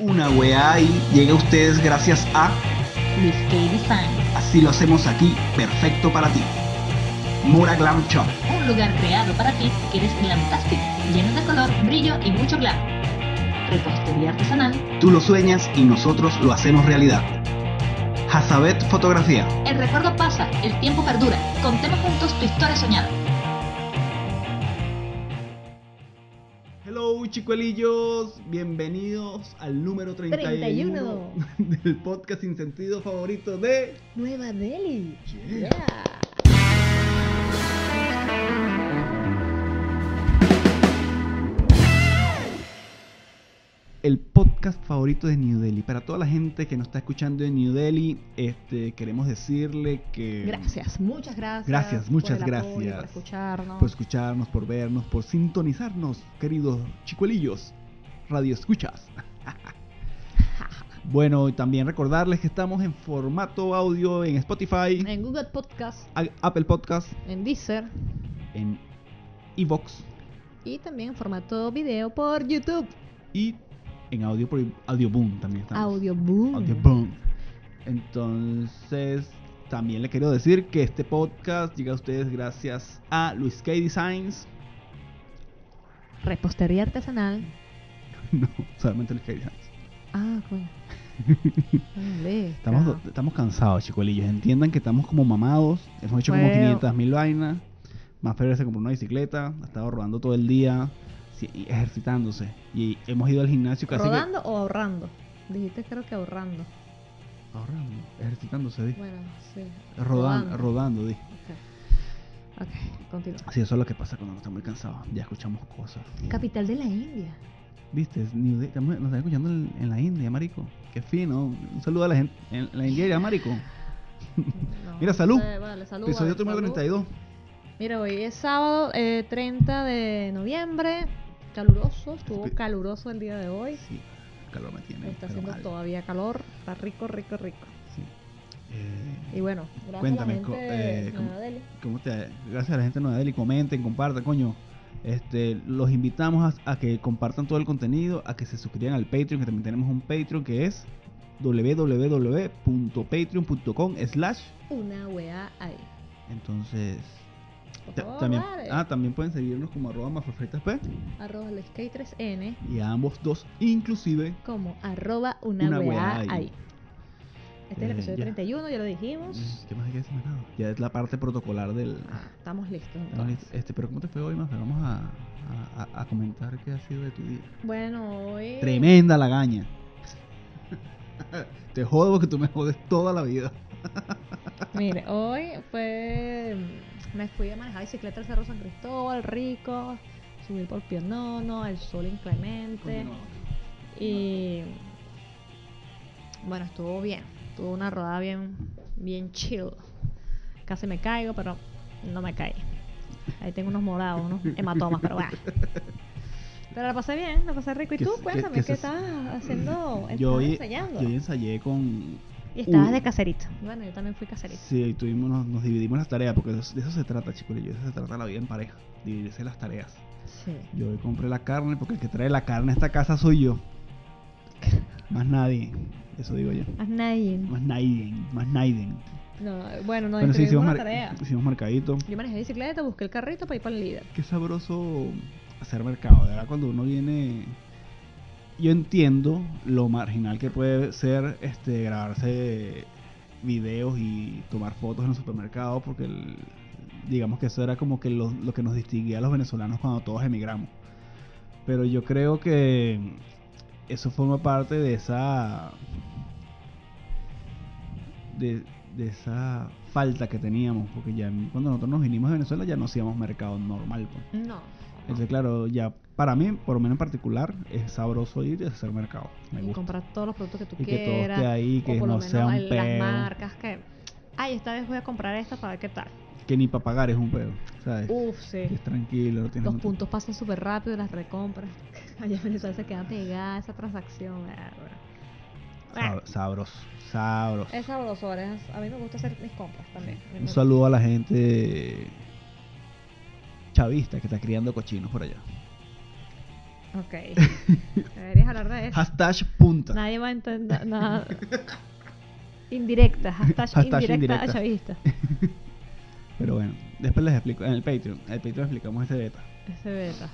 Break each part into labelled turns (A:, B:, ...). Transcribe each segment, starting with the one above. A: una weá y llega a ustedes gracias a
B: Luis K. Design,
A: Así lo hacemos aquí, perfecto para ti. Mura Glam Shop.
B: un lugar creado para ti que eres glamtastic, lleno de color, brillo y mucho glam. Repostería artesanal,
A: Tú lo sueñas y nosotros lo hacemos realidad. Hazabet Fotografía.
B: el recuerdo pasa, el tiempo perdura. Contemos juntos tu historia soñada.
A: Hello chicuelillos, bienvenidos al número
C: 31.
A: del podcast sin sentido favorito de...
C: Nueva Delhi.
A: Yeah.
C: Yeah.
A: el podcast favorito de New Delhi. Para toda la gente que nos está escuchando en New Delhi, este, queremos decirle que...
C: Gracias, muchas gracias.
A: Gracias,
C: por
A: muchas
C: el apoyo,
A: gracias. Pues,
C: Por escucharnos.
A: Por escucharnos, por vernos, por sintonizarnos, queridos chicuelillos. Radio escuchas. bueno, y también recordarles que estamos en formato audio en Spotify,
C: en Google Podcast,
A: A- Apple Podcast,
C: en Deezer
A: en Evox
C: y también en formato video por YouTube.
A: y en audio por Audio Boom también estamos.
C: Audio Boom.
A: Audio Boom. Entonces, también le quiero decir que este podcast llega a ustedes gracias a Luis K Designs.
C: Repostería artesanal.
A: No, solamente Luis K Designs.
C: Ah, coño. Hombre,
A: Estamos,
C: ca-
A: estamos cansados, chicuelillos. Entiendan que estamos como mamados. Hemos hecho como
C: Bueno.
A: 500 mil vainas. Más Ferrer se compró una bicicleta. Ha estado rodando todo el día. sí, y ejercitándose. Y hemos ido al gimnasio casi
C: ¿Rodando o ahorrando? Dijiste creo que ahorrando.
A: que. Ahorrando. Ejercitándose, di.
C: Bueno, sí.
A: Rodando,
C: rodando.
A: rodando, di.
C: Ok, Ok, continúa.
A: Así eso es lo que pasa cuando no estamos muy cansados. Ya escuchamos cosas.
C: Capital de la India.
A: Viste, es New Delhi. Estamos- nos están escuchando en, en la India, marico. Qué fino. Un saludo a la gente. En la India, ya, marico.
C: No,
A: Mira, salud.
C: eh, vale, salud,
A: Episodio
C: vale,
A: número 32.
C: salud. Mira, hoy es sábado eh, 30 de noviembre, caluroso, estuvo
A: Espe-
C: caluroso el día de hoy,
A: Sí, calor me tiene.
C: está
A: pero
C: haciendo
A: mal.
C: todavía calor, está rico, rico, rico.
A: Sí. Eh,
C: Y bueno, gracias
A: Cuéntame,
C: a la
A: co-
C: gente
A: eh,
C: de
A: ¿cómo-
C: Nueva Delhi.
A: ¿Cómo te- gracias a la gente de Nueva Delhi, comenten, compartan, coño. Este, los invitamos a, a que compartan todo el contenido, a que se suscriban al Patreon, que también tenemos un Patreon que es www.patreon.com slash.
C: Una weá ahí.
A: Entonces,
C: Por
A: ta-
C: favor,
A: también,
C: Oh, vale.
A: ah, también pueden seguirnos como arroba mafafritasp
C: Arroba la Sky3N
A: y a ambos dos, inclusive.
C: como arroba una,
A: Una
C: weá,
A: weá ahí.
C: ahí. Este es el
A: Eh,
C: episodio
A: ya. Mm.
C: 31, ya lo dijimos.
A: ¿Qué más hay que decir? Más nada. Ya es la parte protocolar del...
C: Ah, estamos listos.
A: Estamos
C: entonces.
A: listos. Este, pero ¿cómo te fue hoy, Mafe? Vamos a, a- a- a comentar qué ha sido de tu día.
C: Bueno, hoy...
A: Tremenda lagaña. Te jodo porque tú me jodes toda la vida.
C: Mire, hoy fue. Me fui a manejar bicicleta al Cerro San Cristóbal, rico, subir por Pionono, el sol inclemente. Y. Bueno, estuvo bien. Tuvo una rodada bien, bien chill. Casi me caigo, pero no me caí. Ahí tengo unos morados, unos hematomas, pero bueno. Pero la pasé bien, la pasé rico. ¿Y
A: ¿Qué
C: tú?
A: se- qué-
C: Cuéntame,
A: qué
C: ¿qué,
A: se-
C: estabas haciendo? ¿Estabas
A: Yo hoy,
C: ensayando?
A: yo hoy Uh. ensayé con...
C: y estabas
A: un-
C: de caserito. Bueno, yo también fui caserito.
A: Sí, tuvimos, nos, nos dividimos las tareas, porque de eso, de eso se trata, chicos. De eso se trata la vida en pareja. Dividirse las tareas.
C: Sí.
A: Yo hoy compré la carne porque el que trae la carne a esta casa soy yo. Más nadie. Eso digo yo.
C: Haz nadie.
A: Más nadie. Más nadie.
C: No, bueno, no
A: Bueno, sí, hicimos,
C: distribuimos la
A: mar-
C: tarea.
A: hicimos mercadito.
C: Yo manejé bicicleta, busqué el carrito para ir para el líder.
A: Qué sabroso hacer mercado. De verdad, cuando uno viene. Yo entiendo lo marginal que puede ser este grabarse videos y tomar fotos en los supermercados, porque el- digamos que eso era como que lo, lo que nos distinguía a los venezolanos cuando todos emigramos. Pero yo creo que eso forma parte de esa. de, de esa falta que teníamos, porque ya cuando nosotros nos vinimos de Venezuela ya no hacíamos mercado normal. pues.
C: No.
A: Entonces, claro, ya para mí, por lo menos en particular, es sabroso ir y hacer mercado. Me
C: y
A: gusta.
C: comprar todos los productos que tú
A: Y que todo
C: quieras.
A: esté ahí, que
C: o por
A: no
C: lo menos
A: sea un
C: el- las
A: peo.
C: marcas que. Ay, esta vez voy a comprar esta para ver qué tal.
A: Que ni para pagar es un pedo. ¿sabes?
C: Uf, sí.
A: Es tranquilo, no tienes
C: Los
A: mucho-
C: puntos pasan súper rápido, las recompras. Allá en Venezuela se queda pegada esa transacción. ah, bueno. Ah,
A: Sab- Sabroso, sabroso.
C: Es sabroso, ¿verdad? a mí me gusta hacer mis compras también. A mí
A: Un
C: me-
A: saludo a la gente chavista que está criando cochinos por allá.
C: Ok. Deberías hablar de eso.
A: Hashtag punta.
C: Nadie va a entender nada. Indirecta, hashtag,
A: Hashtag
C: indirecta,
A: indirecta.
C: a chavista.
A: Pero bueno, después les explico. En el Patreon. En el Patreon explicamos este beta.
C: Ese beta.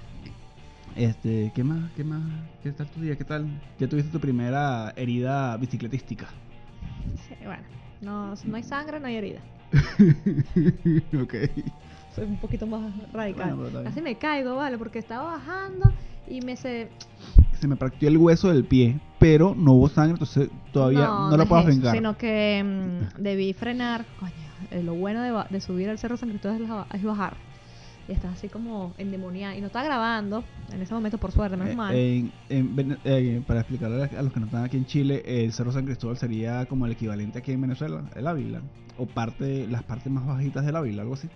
A: Este, ¿qué más? ¿Qué más? ¿Qué tal tu día? ¿Qué tal? Ya tuviste tu primera herida bicicletística.
C: Sí, bueno, no, no hay sangre, no hay herida.
A: ok.
C: Soy un poquito más radical.
A: Bueno, pero está bien.
C: Casi me caigo, vale, porque estaba bajando y me se.
A: Se me partió el hueso del pie, pero no hubo sangre, entonces todavía no, la
C: es
A: puedo
C: eso,
A: vengar.
C: Sino que mm, debí frenar. Coño, eh, lo bueno de, ba- de subir al Cerro San Cristóbal es, la- es bajar. Y estás así como endemoniada. Y no está grabando en ese momento, por suerte, menos
A: Eh,
C: mal.
A: en- en Vene- eh, para explicarle a a los que no están aquí en Chile, el Cerro San Cristóbal sería como el equivalente aquí en Venezuela, el Ávila, o parte, las partes más bajitas del Ávila, algo así.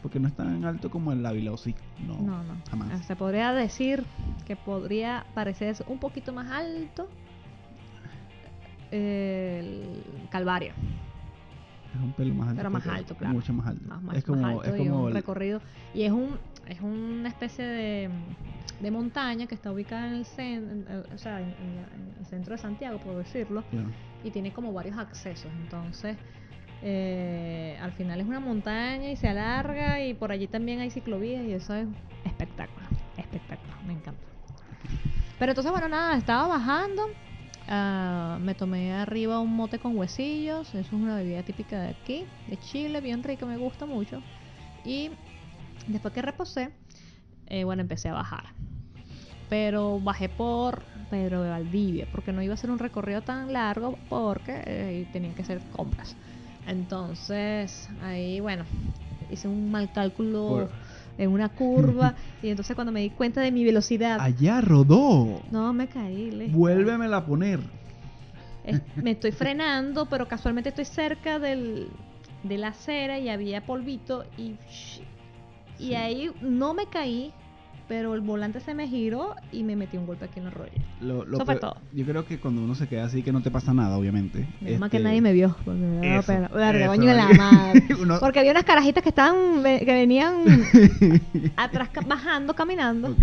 A: Porque no es tan alto como el Ávila, o sí, no,
C: no, no.
A: jamás.
C: Se podría decir que podría parecer un poquito más alto eh, el Calvario.
A: Es un pelo más alto.
C: Pero más
A: que el
C: alto,
A: otro,
C: claro.
A: Mucho más alto.
C: más, más-
A: es como,
C: más alto
A: es
C: y
A: como
C: un
A: el-
C: recorrido. Y es un es una especie de, de montaña que está ubicada en el, cen- en- en- o sea, en- en la- en el centro de Santiago, por decirlo,
A: claro.
C: y tiene como varios accesos. Entonces, eh, al final es una montaña y se alarga y por allí también hay ciclovías y eso es espectáculo, espectáculo, me encanta. Pero entonces, bueno, nada, estaba bajando. ah, me tomé arriba un mote con huesillos, eso es una bebida típica de aquí, de Chile, bien rica, me gusta mucho. Y después que reposé, eh, bueno, empecé a bajar. Pero bajé por Pedro de Valdivia, porque no iba a ser un recorrido tan largo, porque eh, tenía que hacer compras. Entonces, ahí, bueno, hice un mal cálculo
A: Por-
C: en una curva, y entonces cuando me di cuenta de mi velocidad,
A: Allá rodó.
C: no me caí. Leslie.
A: Vuélvemela a poner.
C: Es- me estoy frenando, pero casualmente estoy cerca del, de la acera y había polvito y, y
A: Sí.
C: ahí no me caí, pero el volante se me giró y me metí un golpe aquí en el rollo.
A: Lo, lo
C: Eso fue
A: pe-
C: todo.
A: Yo creo que cuando uno se queda así, que no te pasa nada, obviamente.
C: Menos mal que
A: Este,
C: nadie me vio. Porque me daba
A: eso,
C: pena. Verga,
A: eso,
C: coño de la
A: marico.
C: madre.
A: Uno-
C: Porque había unas carajitas que estaban ve- que venían atrás ca- bajando, caminando,
A: Ok.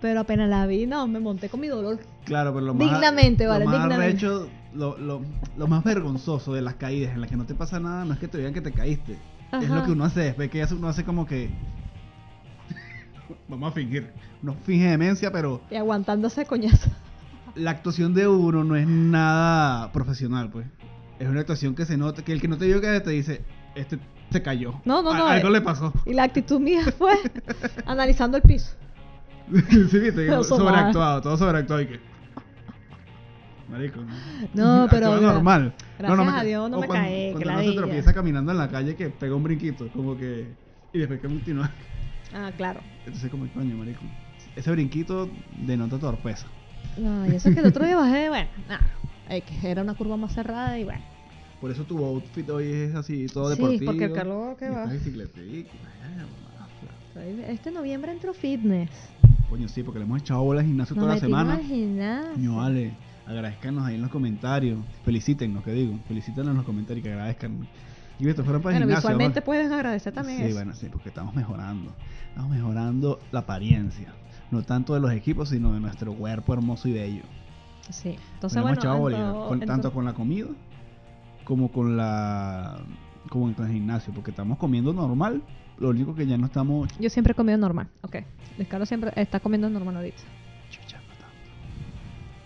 C: pero apenas la vi, no, me monté con mi dolor.
A: Claro, pero lo más.
C: Dignamente,
A: lo
C: vale,
A: más
C: dignamente.
A: arrecho, lo, lo- lo más vergonzoso de las caídas en las que no te pasa nada no es que te vean que te caíste. Es
C: Ajá.
A: lo que uno hace después, que hace- uno hace como que. Vamos a fingir. Uno finge demencia, pero
C: Y aguantándose coñazo.
A: la actuación de uno no es nada profesional, pues. Es una actuación que se nota, que el que no te vio que te dice, este se cayó.
C: No, no,
A: A-
C: no,
A: Algo
C: eh.
A: le pasó.
C: Y la actitud mía fue analizando el piso.
A: sí, viste,
C: No son nada.
A: sobreactuado, todo sobreactuado y que. Marico.
C: No, pero
A: Actúa
C: gra-
A: normal.
C: gracias
A: me
C: a
A: ca-
C: Dios no
A: o
C: me
A: cuando,
C: caí,
A: Cuando
C: que
A: uno se
C: ladilla.
A: tropieza caminando en la calle que pega un brinquito, como que. Y después que continúa.
C: Ah, claro.
A: Entonces, como coño, marico. Ese brinquito denota torpeza.
C: No, y eso es que el otro día bajé, bueno, nada. eh, que Era una curva más cerrada y bueno.
A: Por eso tu outfit hoy es así, todo
C: Sí,
A: deportivo.
C: porque el calor que
A: y
C: va.
A: estás bicicletica, ay, mafla.
C: Estoy- Este noviembre entro fitness.
A: Coño, sí, porque le hemos echado bola al gimnasio
C: Nos
A: toda la
C: metimos
A: semana.
C: al gimnasio.
A: Coño, vale. Agradezcanos ahí en los comentarios. Felicítennos, que digo. Felicítenos en los comentarios y que agradezcan. Y esto fueron para el
C: Bueno,
A: gimnasio.
C: visualmente
A: ¿verdad?
C: puedes agradecer también
A: Sí,
C: eso.
A: bueno, sí, porque estamos mejorando. Estamos mejorando la apariencia. No tanto de los equipos, sino de nuestro cuerpo hermoso y bello.
C: Sí.
A: Nos
C: Entonces,
A: hemos
C: bueno,
A: echado bola,
C: ento-
A: con- tanto
C: ento-
A: con la comida como con la como con el gimnasio, porque estamos comiendo normal. Lo único que ya no estamos
C: yo siempre he comido normal, ok. Luis Carlos siempre está comiendo normal ahorita.
A: chuchando tanto.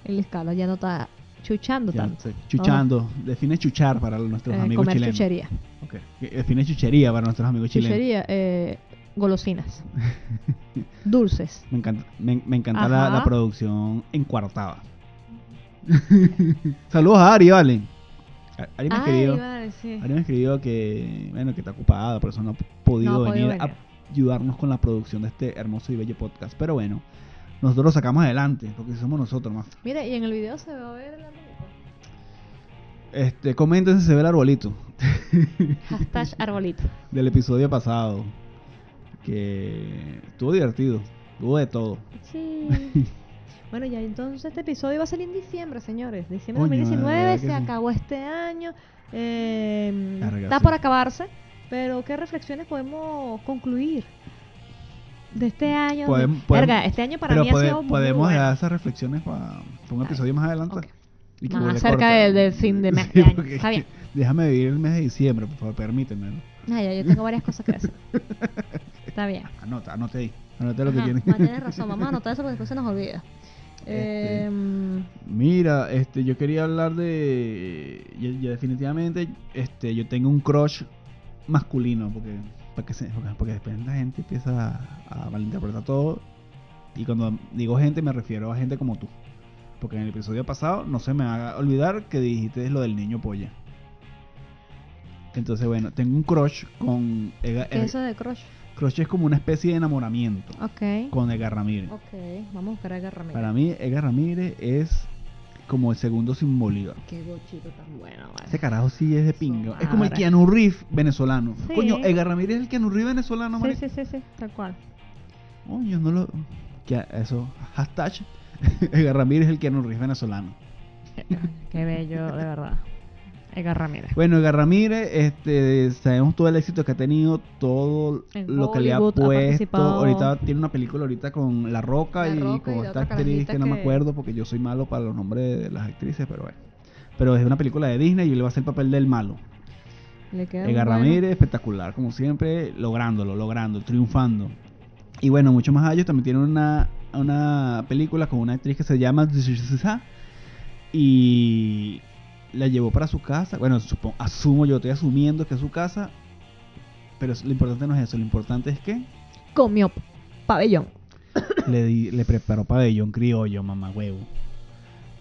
C: Y Luis Carlos ya no está chuchando
A: Ya,
C: tanto.
A: sí, chuchando. Define chuchar para nuestros
C: Eh,
A: amigos
C: comer
A: chilenos.
C: chuchería.
A: Ok. Define chuchería para nuestros amigos chilenos.
C: Chuchería, eh, golosinas. Dulces.
A: Me encanta, me, me encanta la,
C: Ajá.
A: la producción encuartada. Saludos a Ari, vale. A- Ari me escribió,
C: vale, sí.
A: Ari me escribió que, bueno, que está ocupada, por eso no ha podido
C: No ha podido
A: venir a
C: venir.
A: ayudarnos con la producción de este hermoso y bello podcast. Pero bueno, nosotros lo sacamos adelante, porque somos nosotros más.
C: Mira, y en el video se va a ver la ruta.
A: Este, comenten si se ve el arbolito
C: Hashtag arbolito.
A: del episodio pasado. Que estuvo divertido, tuvo de todo.
C: Sí. Bueno, ya entonces este episodio va a salir en diciembre, señores. Diciembre
A: Coño,
C: de
A: de
C: 2019,
A: verdad
C: se
A: que sí.
C: acabó este año. eh,
A: Verga,
C: está
A: sí.
C: por acabarse, pero ¿qué reflexiones podemos concluir? de este año.
A: Podem-
C: Verga,
A: podem-
C: este año para
A: pero
C: mí
A: pode-
C: ha sido muy
A: podemos
C: bueno.
A: dejar esas reflexiones para un
C: Está
A: episodio más adelante.
C: Ok.
A: Y que
C: Más
A: le
C: acerca
A: corte.
C: del- del fin de mes
A: Sí,
C: de año.
A: porque
C: Está bien.
A: Déjame vivir el mes de diciembre, por favor, permíteme. ¿no?
C: Ah, ya, yo tengo varias cosas que decir. Está bien.
A: Anota, anote ahí. Anote lo que
C: Ajá,
A: tienes.
C: No, tienes razón, vamos a anotar eso porque después se nos olvida.
A: Este.
C: Em,
A: Mira, este, yo quería hablar de. Yo, yo definitivamente, este, yo tengo un crush masculino, porque, para que se- porque, porque después la gente empieza a, a malinterpretar todo. Y cuando digo gente, me refiero a gente como tú. Porque en el episodio pasado no se me haga olvidar que dijiste lo del niño polla. Entonces, bueno, tengo un crush con. Edgar-
C: ¿qué es eso Ah. de crush?
A: crush es como una especie de enamoramiento
C: Ok.
A: con Edgar Ramírez.
C: Ok, vamos a buscar a Guerra
A: Para mí, Edgar Ramírez es como el segundo sin Bolívar.
C: Qué bochito tan bueno, vale.
A: Ese carajo sí es de pinga. Es como el
C: madre.
A: Keanu Reeves venezolano.
C: Sí.
A: Coño, Edgar Ramírez es el Keanu Reeves venezolano,
C: Sí,
A: marico.
C: sí, sí, sí, tal cual.
A: Coño, no lo... que a- Eso, hashtag. Edgar Ramírez es el Keanu Reeves venezolano.
C: Qué bello, de verdad. Edgar Ramírez.
A: Bueno, Edgar Ramírez, este, sabemos todo el éxito que ha tenido, todo
C: En
A: lo que le ha
C: Hollywood ha
A: puesto.
C: participado.
A: ahorita tiene una película ahorita con La Roca
C: La
A: y
C: Roca y
A: con
C: la
A: esta
C: otra
A: actriz que no me
C: carajita que-
A: acuerdo porque yo soy malo para los nombres de las actrices, pero bueno. Pero es una película de Disney y él va a hacer el papel del malo.
C: Le queda
A: Edgar
C: bueno.
A: Ramírez, espectacular, como siempre, lográndolo, logrando, triunfando. Y bueno, mucho más allá, ellos también tienen una, una película con una actriz que se llama Zsa, y la llevó para su casa. Bueno, supo- asumo, yo estoy asumiendo que es su casa, pero es- lo importante no es eso, lo importante es que
C: Comió pabellón.
A: le, di- le preparó pabellón criollo, mamá huevo.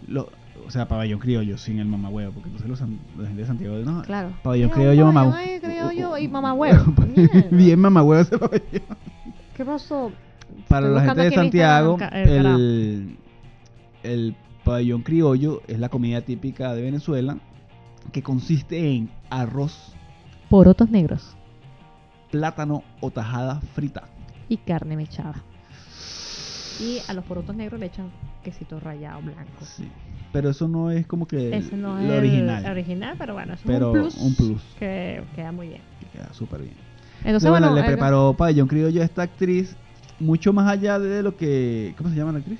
A: Lo- o sea, pabellón criollo, sin el mamá huevo, porque entonces los, san- la gente de Santiago no,
C: Claro.
A: Pabellón
C: Eh,
A: criollo,
C: un
A: mamá. Uh, Pues,
C: pabellón ahí, criollo y mamá huevo. Mierda.
A: Bien mamá huevo ese pabellón.
C: ¿Qué pasó?
A: Para
C: Estoy
A: la gente
C: buscando
A: de
C: aquí en
A: Santiago,
C: Instagram, ca- eh, el carajo.
A: el, el pabellón criollo es la comida típica de Venezuela que consiste en arroz,
C: Porotos negros
A: plátano o tajada frita.
C: y carne mechada. Y a los porotos negros le echan quesito rallado blanco.
A: Sí. Pero eso no es como que el-
C: Ese no
A: lo
C: es el
A: original.
C: original, pero bueno, eso
A: Pero
C: es un plus,
A: un plus.
C: que queda muy bien.
A: que Queda súper bien.
C: Entonces,
A: Pero bueno,
C: bueno,
A: le
C: eh, Edgar-
A: preparó pabellón criollo a esta actriz mucho más allá de lo que... ¿Cómo se llama la actriz?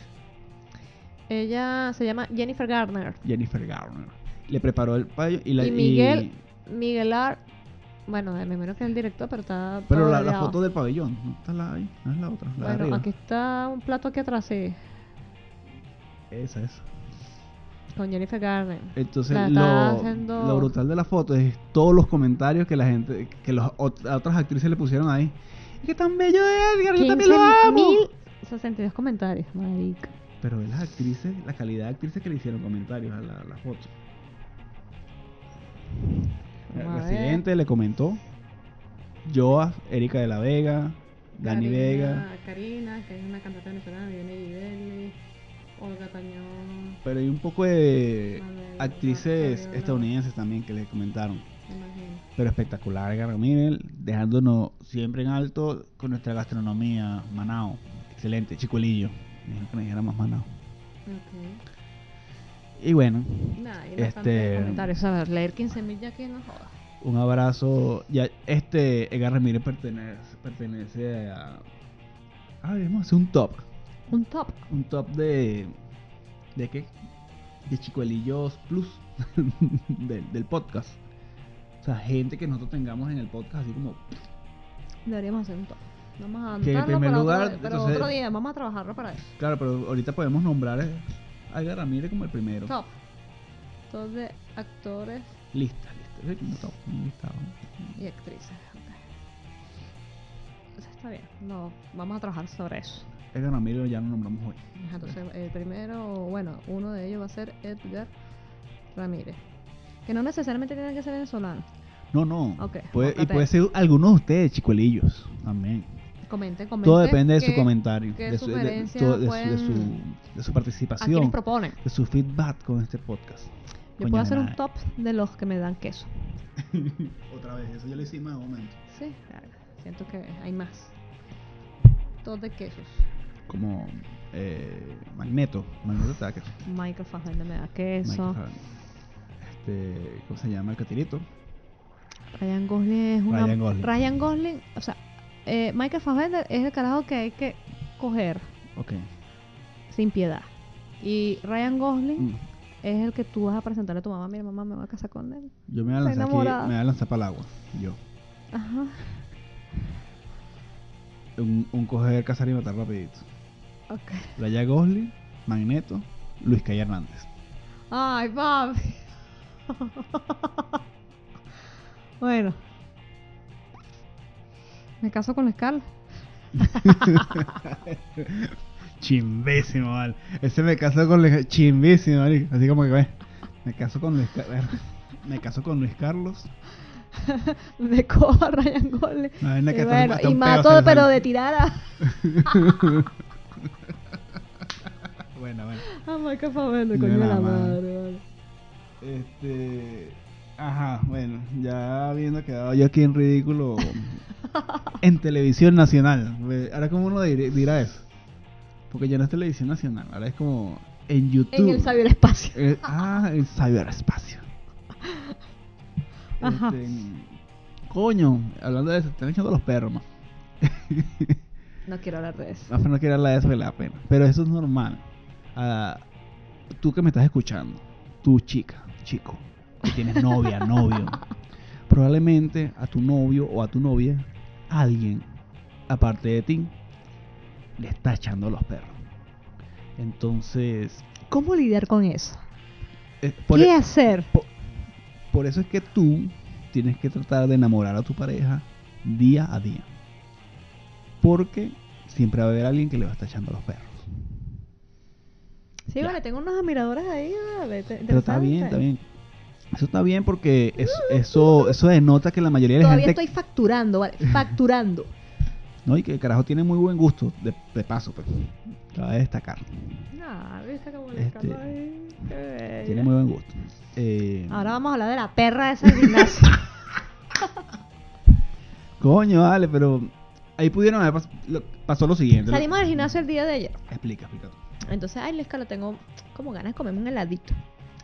C: ella se llama Jennifer Garner.
A: Jennifer Garner. Le preparó el pabellón y la...
C: y Miguel, Miguel Ar, bueno, me imagino que es el director, pero está
A: Pero
C: todo
A: la, la
C: dobleado.
A: foto del pabellón, no está la ahí, no es la otra, la de
C: Bueno,
A: arriba.
C: aquí está un plato aquí atrás, sí,
A: Esa es.
C: con Jennifer Garner.
A: Entonces
C: La está
A: lo,
C: haciendo-
A: lo brutal de la foto es todos los comentarios que la gente, que los ot- las otras actrices le pusieron ahí. Es que tan bello Edgar, yo también lo amo.
C: 62 comentarios, marica.
A: Pero ve las actrices, la calidad de actrices que le hicieron comentarios a la, a la foto. El
C: Vamos a ver.
A: residente le comentó. Joa, Erika de la Vega, Dani Vega.
C: Karina, que es una cantante venezolana, viene Ibeli, Olga Tañón,
A: Pero hay un poco de
C: Manuel
A: actrices
C: Marcelo.
A: estadounidenses también que le comentaron.
C: imagino.
A: Pero espectacular, Edgar Ramírez, dejándonos siempre en alto con nuestra gastronomía. Manao, excelente, chicuelillo. Me dijeron que nos dijera más Manao.
C: Ok.
A: Y bueno,
C: Nada, hay
A: bastantes Este- comentarios.
C: comentarios. A ver, leer 15.000 ya que no jodas.
A: un abrazo. Ya, este Edgar Ramírez pertenece, pertenece a. Ah, vamos a hacer un top.
C: Un top.
A: Un top de. ¿De qué? De Chicuelillos Plus. del, del podcast. O sea, gente que nosotros tengamos en el podcast, así como
C: Deberíamos hacer un top. Vamos a
A: Que en
C: anotarlo
A: primer
C: para
A: lugar,
C: otro, pero
A: entonces-
C: otro día. Vamos a trabajarlo para eso.
A: Claro, pero ahorita podemos nombrar a Edgar Ramírez como el primero.
C: Top. Top de actores
A: Lista, lista. Es como top, un listado.
C: y actrices. Ok. Eso está bien. No, vamos a trabajar sobre eso.
A: Edgar Ramírez ya lo nombramos hoy.
C: Ajá, Entonces, el primero, bueno, uno de ellos va a ser Edgar Ramírez. Que no necesariamente tiene que ser venezolano.
A: No, no.
C: Ok,
A: Puede- y
C: bótate.
A: puede ser alguno de ustedes, chicuelillos. También.
C: Comente, comente.
A: Todo depende de su
C: qué-
A: comentario.
C: qué
A: de, su, de- de,
C: sugerencias
A: todo- de su- de,
C: pueden-
A: su, de su
C: ¿A quiénes
A: participación.
C: proponen?
A: De su feedback con este podcast.
C: Yo
A: Coño
C: puedo
A: de
C: hacer un
A: madre.
C: top de los que me dan queso.
A: Otra vez, eso ya lo hicimos en un momento.
C: Sí, verga, siento que hay más. Top de quesos.
A: Como eh, Magneto. Magneto Tacker.
C: Michael Fassbender me da queso.
A: Este, ¿Cómo se llama el catirito?
C: Ryan Gosling es una.
A: Ryan Gosling.
C: Ryan Gosling, o sea, eh, Michael Fassbender es el carajo que hay que coger
A: Ok.
C: sin piedad. Y Ryan Gosling
A: Mm.
C: es el que tú vas a presentarle a tu mamá. Mira, mamá, me voy a casar con él.
A: Yo me voy a
C: Está
A: lanzar aquí, me voy
C: enamorada.
A: a lanzar para el agua. Yo.
C: Ajá.
A: Un, un coger, cazar y matar rapidito.
C: Ok.
A: Raya Gosling, Magneto, Luis Calle Hernández.
C: Ay, papi. bueno. Me caso con la escala.
A: Chimbísimo, vale. Ese me casó con Luis... Chimbísimo, vale. Así como que ve. Me caso con Luis Carlos. Me caso con Luis Carlos.
C: De cojo a Ryan Gosling.
A: Una vaina que
C: y
A: hasta un-
C: bueno,
A: hasta
C: y
A: un pedo
C: mato,
A: se le
C: pero
A: sale.
C: de tirada.
A: Bueno, bueno.
C: Ah, Michael Fassbender,
A: De
C: coño de
A: la
C: la
A: madre.
C: madre. vale.
A: Este. Ajá, bueno, ya habiendo quedado yo aquí en ridículo en televisión nacional. Ve, Ahora, como uno dir- dirá eso? Porque ya no es televisión nacional, ahora es como en YouTube.
C: En el ciberespacio.
A: Eh, ah, el ciberespacio.
C: Ajá.
A: Este, coño, hablando de eso, están echando los perros, man.
C: No quiero hablar de eso.
A: No, pero no quiero hablar de eso, vale la pena. Pero eso es normal. Ah, tú que me estás escuchando, tú chica, chico, que tienes novia, novio, probablemente a tu novio o a tu novia, alguien, aparte de ti, le está echando los perros. Entonces,
C: ¿Cómo lidiar con eso?
A: eh,
C: ¿Qué
A: e-
C: hacer?
A: po- por eso es que tú tienes que tratar de enamorar a tu pareja día a día. Porque siempre va a haber alguien que le va a estar echando los perros.
C: Sí,
A: Ya.
C: vale, tengo unas admiradoras ahí, vale. te-
A: Pero está bien,
C: interesante. Uh,
A: está bien. Eso está bien porque es- eso, eso denota que la mayoría de la
C: Todavía
A: gente...
C: estoy facturando, vale, facturando.
A: No, y que el carajo tiene muy buen gusto, de, de paso, pues. Cabe destacar.
C: Ah, viste cómo
A: le Este, escapó ahí, Tiene muy buen gusto. Eh,
C: Ahora vamos a hablar de la perra de ese gimnasio.
A: Coño, vale, pero... Ahí pudieron haber pas- lo- pasó lo siguiente. lo-
C: Salimos del gimnasio el día de ayer.
A: Explica, explica tú.
C: Entonces, ay, Lesca, lo tengo como ganas de comerme un heladito.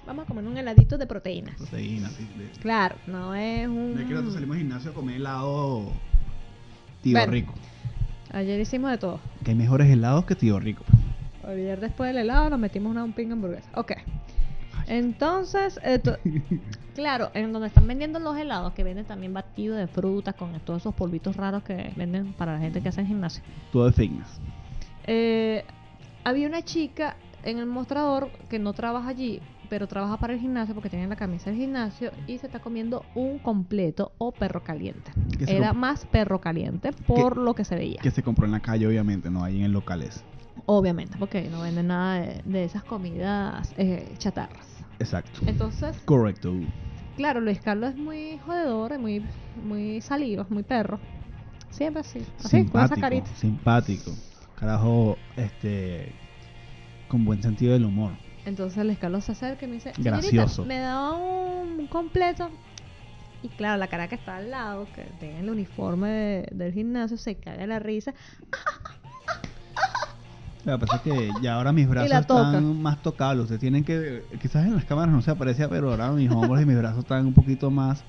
C: Vamos a comer un heladito de proteínas.
A: Proteínas, sí, de-
C: Claro, no es un.
A: De que nosotros salimos al gimnasio a comer helado tío
C: Bueno.
A: rico.
C: Ayer hicimos de todo.
A: Que hay mejores helados que tío rico. pues.
C: Ayer después del helado nos metimos una un ping hamburguesa. Ok. Entonces, esto- claro, en donde están vendiendo los helados, que venden también batido de frutas con todos esos polvitos raros que venden para la gente que hace gimnasio.
A: Todo de fitness.
C: Eh, había una chica en el mostrador que no trabaja allí, pero trabaja para el gimnasio porque tiene la camisa del gimnasio y se está comiendo un completo o perro caliente.
A: ¿Qué se
C: Era
A: com-
C: más perro caliente por lo que se veía,
A: Que se compró en la calle, obviamente, no ahí en el local ese.
C: obviamente, porque no venden nada de, de esas comidas eh, chatarras.
A: Exacto.
C: Entonces,
A: Correcto.
C: claro, Luis Carlos es muy jodedor, es muy, muy salido, es muy perro. Siempre así, así, con esa
A: simpático.
C: carita.
A: Simpático. Carajo, este. Con buen sentido del humor.
C: Entonces el escalón se acerca y me dice, "Señorita,
A: Gracioso.
C: me da un completo. Y claro, la cara que está al lado, que tiene el uniforme de- del gimnasio, se caga la risa.
A: Lo que pasa es que ya ahora mis brazos
C: la toca.
A: están más tocables. Ustedes tienen que. Quizás en las cámaras no se aparece, pero ahora mis hombros y mis brazos están un poquito más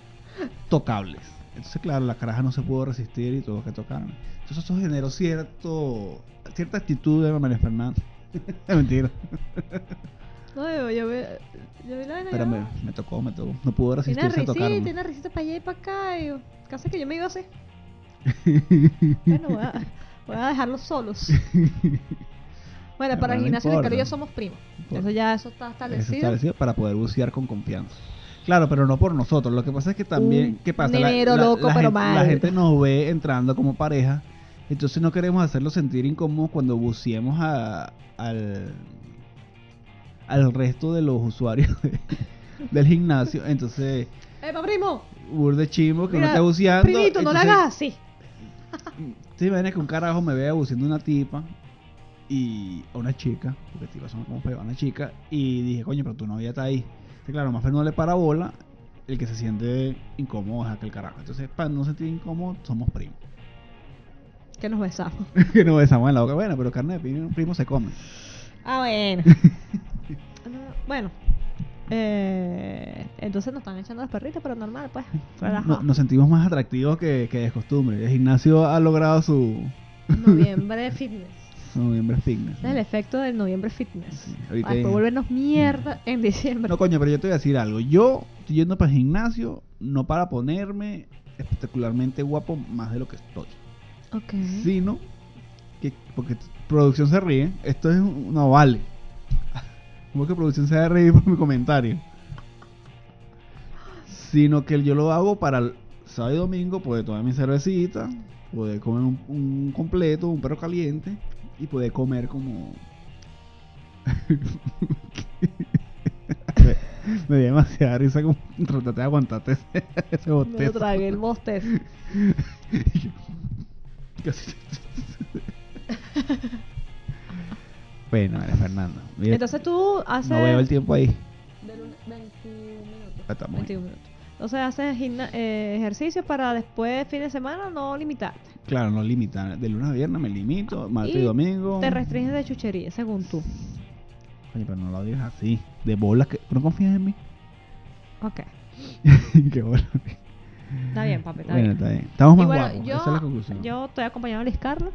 A: tocables. Entonces, claro, la caraja no se pudo resistir y tuvo que tocarme. Entonces, eso generó cierto, cierta actitud de María Fernández. Mentira.
C: No, yo, yo, vi- yo vi la vaina y
A: Pero me,
C: yo,
A: me tocó, me tocó. No pudo
C: Tiene
A: resistirse a
C: risita,
A: tocarme.
C: tiene risita para allá y para acá. Y yo, casi que yo me iba así. bueno, voy a, voy a dejarlos solos. Bueno,
A: Bueno,
C: para el
A: no
C: gimnasio, Luis Carlos y yo
A: importa.
C: somos primos.
A: importa.
C: Eso ya eso está
A: Eso
C: establecido.
A: establecido para poder bucear con confianza. Claro, pero no por nosotros. Lo que pasa es que también,
C: Un
A: ¿qué pasa? La-
C: dinero
A: la,
C: loco,
A: la
C: pero
A: gente, la
C: mal.
A: gente nos ve entrando como pareja, entonces no queremos hacerlo sentir incómodo cuando buceemos a- al, al resto de los usuarios de- del gimnasio. Entonces,
C: ¡Epa, "Eh, primo!
A: burde chimbo que uno
C: Mira,
A: está buceando.
C: primito, no le
A: entonces-
C: hagas así.
A: te imaginas que un carajo me vea buceando una tipa y a una chica, porque tipas son como pegadas a una chica, y dije, coño, pero tu novia está ahí. Entonces, claro, más no le para bola, el que se siente incómodo es aquel carajo. Entonces, para no sentir incómodo, somos primos.
C: Que nos besamos.
A: que nos besamos en la boca. Bueno, pero carne de primo, primo se come.
C: Ah, bueno. No, bueno. Eh, Entonces nos están echando los perritos, pero normal, pues.
A: No-
C: relajado.
A: nos sentimos más atractivos que, que de costumbre. El gimnasio ha logrado su
C: Noviembre Fitness.
A: su noviembre fitness.
C: Ese es el efecto del noviembre fitness.
A: ahorita
C: Para después
A: hay-
C: volvernos mierda en diciembre.
A: No, coño, pero yo te voy a decir algo. Yo estoy yendo para el gimnasio no para ponerme espectacularmente guapo más de lo que estoy,
C: ok.
A: sino que porque t- producción se ríe, esto es un- no vale. Como que producción se va a reír por mi comentario. Sino que yo lo hago para el sábado y domingo poder tomar mi cervecita, poder comer un, un completo, un perro caliente y poder comer como Me dio demasiada risa como tratate de aguantarte ese, ese
C: Me lo
A: bostezo.
C: tragué el bostezo.
A: Casi- bueno, María Fernanda. mira,
C: Entonces tú haces.
A: no veo el tiempo ahí.
C: de luna- 21 minutos.
A: Ah, está muy
C: 21 minutos. Entonces haces gimna- eh, ejercicio para después, fin de semana, no limitarte.
A: Claro, no limita. De lunes a viernes me limito, martes y,
C: Ah, Y
A: domingo.
C: Te restringes de chuchería, según tú.
A: Oye, pero no lo digas así. De bolas que. ¿No confías en mí?
C: Ok.
A: Qué bola.
C: Está bien, papi, está
A: Bueno,
C: bien.
A: está bien. Estamos
C: Y
A: más
C: bueno,
A: guapos.
C: yo,
A: Esa es la conclusión.
C: yo estoy acompañado de Liz Carlos.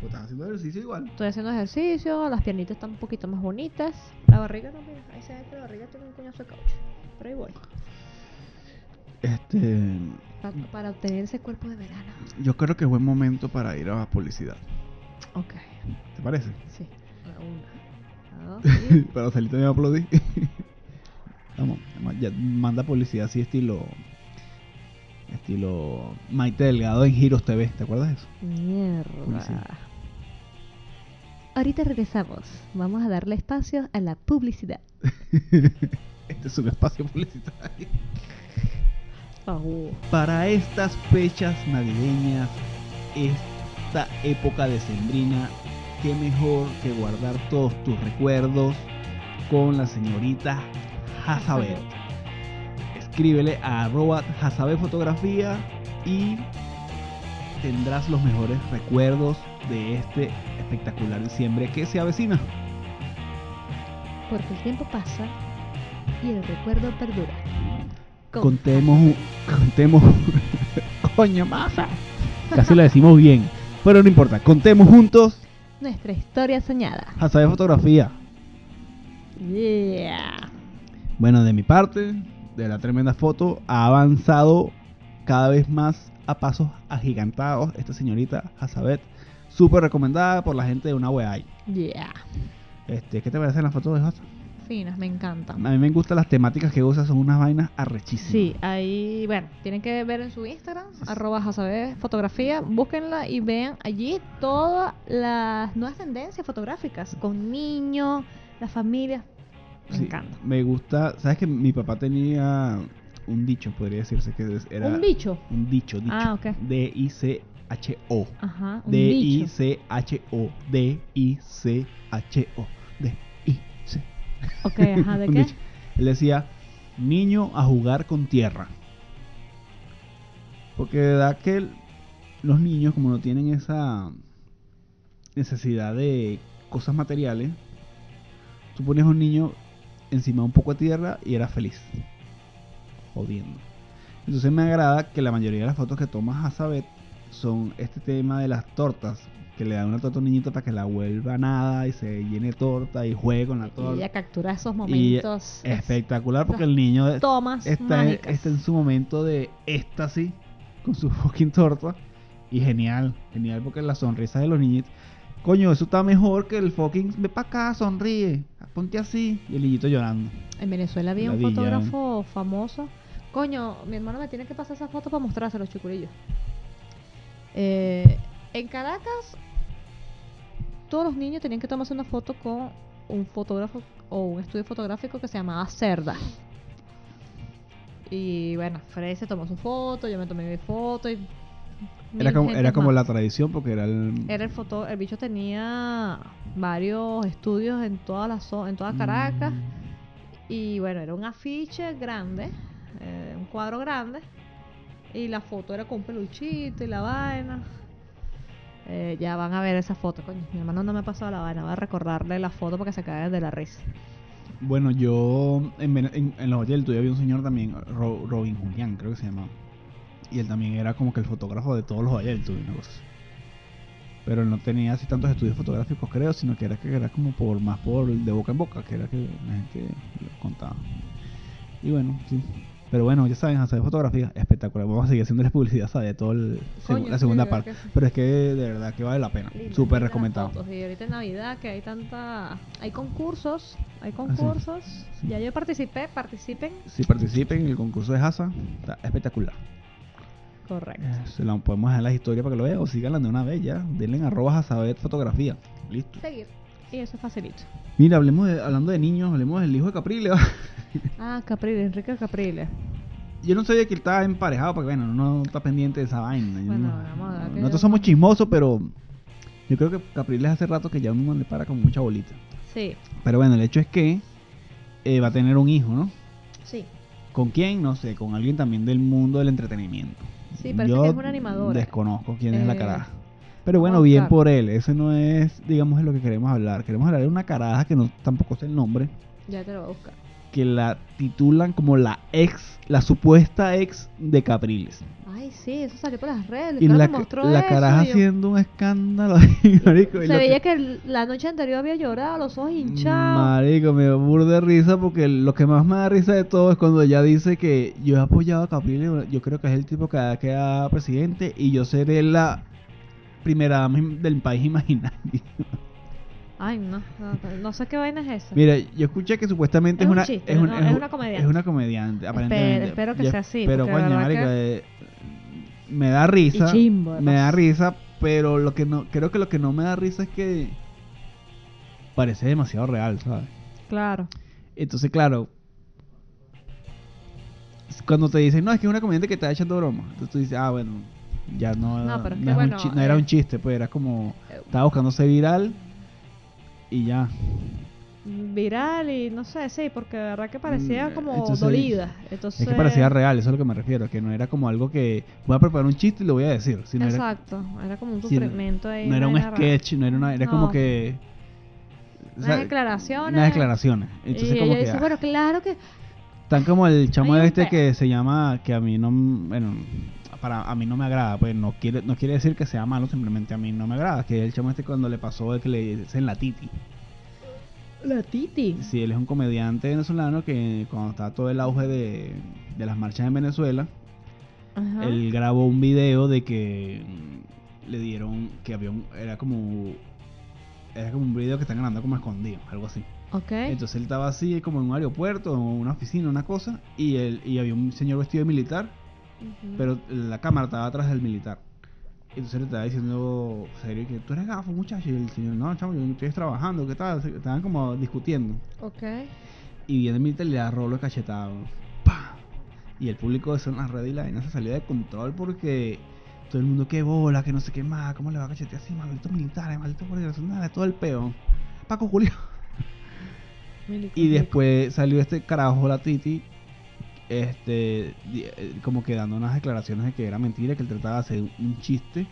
A: Pues Estás haciendo ejercicio igual.
C: Estoy haciendo ejercicio, las piernitas están un poquito más bonitas. La barriga no, mira, ahí se ve que la barriga tiene un coñazo de caucho. Pero ahí voy.
A: Este.
C: Pa- Para, obtener ese cuerpo de verano.
A: Yo creo que es buen momento para ir a la publicidad.
C: Ok,
A: ¿Te parece?
C: sí. Una, dos, y-
A: Pero Celito me va a aplaudir. Vamos, ma- ya manda publicidad así estilo. Estilo Maite Delgado en Giros TV, ¿te acuerdas de eso? Publicidad.
C: Mierda. Ahorita regresamos. Vamos a darle espacio a la publicidad.
A: Este es un espacio publicitario.
C: Pau.
A: Para estas fechas navideñas, esta época decembrina, qué mejor que guardar todos tus recuerdos con la señorita Hazabet. Escríbele a arroba Hazabet Fotografía y tendrás los mejores recuerdos de este espectacular diciembre que se avecina.
C: Porque el tiempo pasa y el recuerdo perdura. Con-
A: Contemos, un- contemos. Coño, masa. Casi lo decimos bien, pero no importa. Contemos juntos
C: Nuestra historia soñada.
A: a saber fotografía.
C: Yeah.
A: Bueno, de mi parte, de la tremenda foto, ha avanzado cada vez más a pasos agigantados esta señorita Hazabet, súper recomendada por la gente de una web.
C: Yeah.
A: Este, ¿Qué te parecen las fotos de Hossa?
C: Finas, me
A: A
C: encantan.
A: mí me gustan las temáticas que usa, son unas vainas arrechísimas.
C: Sí, ahí, bueno, tienen que ver en su Instagram, arroba Jasabe fotografía, búsquenla y vean allí todas las nuevas tendencias fotográficas, con niños, las familias. Me
A: Sí,
C: encanta.
A: Me gusta, sabes que mi papá tenía un dicho, podría decirse que es- era
C: Un bicho.
A: un dicho, dicho.
C: Ah, ok.
A: D I C H O.
C: Ajá, un
A: D I
C: bicho.
A: C H O D I C H O D I C.
C: Ok, ajá, ¿de
A: Un
C: qué?
A: dicho. Él decía, niño a jugar con tierra. Porque de verdad que el- los niños, como no tienen esa necesidad de cosas materiales, tú pones a un niño encima de un poco de tierra y era feliz. Jodiendo. Entonces me agrada que la mayoría de las fotos que tomas a Sabet son este tema de las tortas. Que le dan una torta a un niñito para que la vuelva nada y se llene de torta y juegue con la
C: Y
A: torta.
C: ella captura esos momentos. es-
A: Espectacular porque el niño está,
C: Tomas
A: en-
C: mágicas.
A: está en su momento de éxtasis con su fucking torta. Y genial, genial porque la sonrisa de los niñitos. Coño, eso está mejor que el fucking. Ve para acá, sonríe, ponte así. Y el niñito llorando.
C: En Venezuela había un
A: Maravilla.
C: fotógrafo famoso. Coño, mi hermano me tiene que pasar esa foto para mostrarse a los chicurillos. Eh, en Caracas, todos los niños tenían que tomarse una foto con un fotógrafo o un estudio fotográfico que se llamaba Cerda. Y bueno, Fred se tomó su foto, yo me tomé mi foto. Y
A: Era
C: mil
A: como,
C: gentes
A: era como
C: más.
A: la tradición porque era el.
C: Era el foto, el bicho tenía varios estudios en toda la zo- en toda Caracas
A: Mm.
C: y bueno, era un afiche grande, eh, un cuadro grande y la foto era con un peluchito y la vaina. Eh, ya van a ver esa foto, coño. Mi hermano no me ha pasado la vaina, va a recordarle la foto para que se caiga de la risa.
A: Bueno, yo en, Vene- en, en la olla del tuyo había un señor también, Ro- Robin Julián, creo que se llamaba. Y él también era como que el fotógrafo de todos los ollas del tuyo, una cosa así. Pero él no tenía así tantos estudios fotográficos, creo, sino que era que era como por más por de boca en boca, que era que la gente lo contaba. Y bueno, sí. Pero bueno, ya saben, hacer fotografía, espectacular. Vamos a seguir haciéndoles publicidad, ¿sabes? De todo el,
C: Coño,
A: seg- la
C: sí,
A: segunda
C: de verdad
A: parte.
C: que sí.
A: Pero es que de verdad que vale la pena.
C: Lindas, lindas
A: Súper
C: las
A: recomendado.
C: fotos. Y ahorita en Navidad que hay tanta... Hay concursos,
A: Ah,
C: hay
A: sí.
C: concursos.
A: Sí.
C: Ya yo participé, participen.
A: Si participen en el concurso de Hasa, está espectacular.
C: Correcto.
A: Eh, Se la podemos dejar en las historias para que lo vean o síganla de una vez ya. Denle en arroba a saber fotografía. Listo.
C: Seguir. Y eso es facilito.
A: Mira, hablemos de- hablando de niños, hablemos del hijo de Caprile. ¿va?
C: Ah, Capriles, Enrique Capriles.
A: Yo no sabía que él estaba emparejado porque, bueno, uno está pendiente de esa vaina. Yo
C: Bueno,
A: no-
C: vamos a ver que
A: nosotros
C: yo-
A: somos chismosos, pero yo creo que Capriles hace rato que ya uno le para con mucha bolita.
C: Sí,
A: Pero bueno, el hecho es que eh, va a tener un hijo, ¿no?
C: sí.
A: ¿Con quién? No sé, con alguien también del mundo del entretenimiento.
C: Sí, parece
A: Yo
C: que es una animadora.
A: Desconozco quién es la
C: Eh,
A: caraja. Pero bueno,
C: vamos a
A: bien
C: buscar.
A: por él. Ese no es, digamos, de lo que queremos hablar. Queremos hablar de una caraja que no tampoco sé el nombre,
C: Ya te lo voy a buscar.
A: que la titulan como la ex, la supuesta ex de Capriles.
C: Ay, sí, eso salió por las redes.
A: Y
C: Lucas
A: la,
C: me
A: ca-
C: mostró
A: la
C: eso,
A: caraja
C: y yo-
A: haciendo un escándalo ahí, marico. y
C: Se
A: lo Mm,
C: veía que el- la noche anterior había llorado, los ojos hinchados.
A: Marico, me burde de risa porque lo que más me da risa de todo es cuando ella dice que yo he apoyado a Capriles, yo creo que es el tipo que queda presidente y yo seré la primera dama im- del país imaginario.
C: Ay, no, no, no, no sé qué vaina es esa.
A: Mira, yo escuché que supuestamente es,
C: Es un
A: una,
C: chiste,
A: es,
C: no,
A: un-
C: no,
A: es
C: es
A: un-
C: una comediante.
A: es una comediante, aparentemente.
C: espero que
A: Yo-
C: sea así,
A: Pero
C: porque
A: coño,
C: la
A: marico,
C: verdad que-
A: eh, me da risa,
C: Y chimbo,
A: me da
C: además.
A: risa, pero lo que no, creo que lo que no me da risa es que parece demasiado real, ¿sabes?
C: Claro.
A: Entonces, claro, cuando te dicen, no, es que es una comediante que está echando broma. Entonces tú dices, ah, bueno, ya no,
C: No, pero es
A: es
C: que,
A: un
C: bueno,
A: chi- no era
C: eh,
A: un chiste, pues era como,
C: eh,
A: estaba buscándose viral y ya.
C: Viral y no sé, sí, porque de verdad que
A: Mm,
C: parecía como
A: entonces-
C: dolida. Entonces,
A: Es que parecía real, eso es a lo que me refiero, que no era como algo que voy a preparar un chiste y lo voy a decir, sino era,
C: Exacto, era como un
A: sí, no-
C: sufrimiento ahí.
A: no era un
C: vaina rara.
A: sketch, no era una, era como
C: No.
A: que... o
C: Unas
A: sea,
C: declaraciones.
A: unas declaraciones.
C: y
A: Entonces
C: ella
A: como que...
C: dice,
A: ah.
C: bueno, claro que.
A: Tan como el chamo
C: Hay un
A: este
C: pe-
A: que se llama, que a mí no, bueno, para a mí no me agrada, pues no quiere, no quiere decir que sea malo, simplemente a mí no me agrada, que el chamo este cuando le pasó de que le dicen la Titi.
C: La Titi.
A: Sí, él es un comediante venezolano que cuando estaba todo el auge de, de las marchas en Venezuela,
C: Ajá.
A: él grabó un video de que mm, le dieron, que había un, era como, era como un video que están grabando como escondido, algo así.
C: Ok.
A: Entonces él estaba así como en un aeropuerto, en una oficina, una cosa, y él y había un señor vestido de militar,
C: Ujú.
A: pero la cámara estaba atrás del militar. Entonces le estaba diciendo serio que tú eres gafo, muchacho, y el señor, no, chamo, yo estoy trabajando, ¿qué tal? Se- Estaban como discutiendo.
C: Ok.
A: Y viene el militar y le da rolo de cachetada. weón. ¡Pah! Y el público de Zona Red y la vaina se salió de control porque todo el mundo que bola, que no sé qué más, cómo le va a cachetear así, eh, malditos militares, malditos nada, todo el peón. Paco Julio.
C: Milico,
A: Y después salió este carajo, la Titi, este, di- eh, como que dando unas declaraciones de que era mentira, que él trataba de hacer un chiste.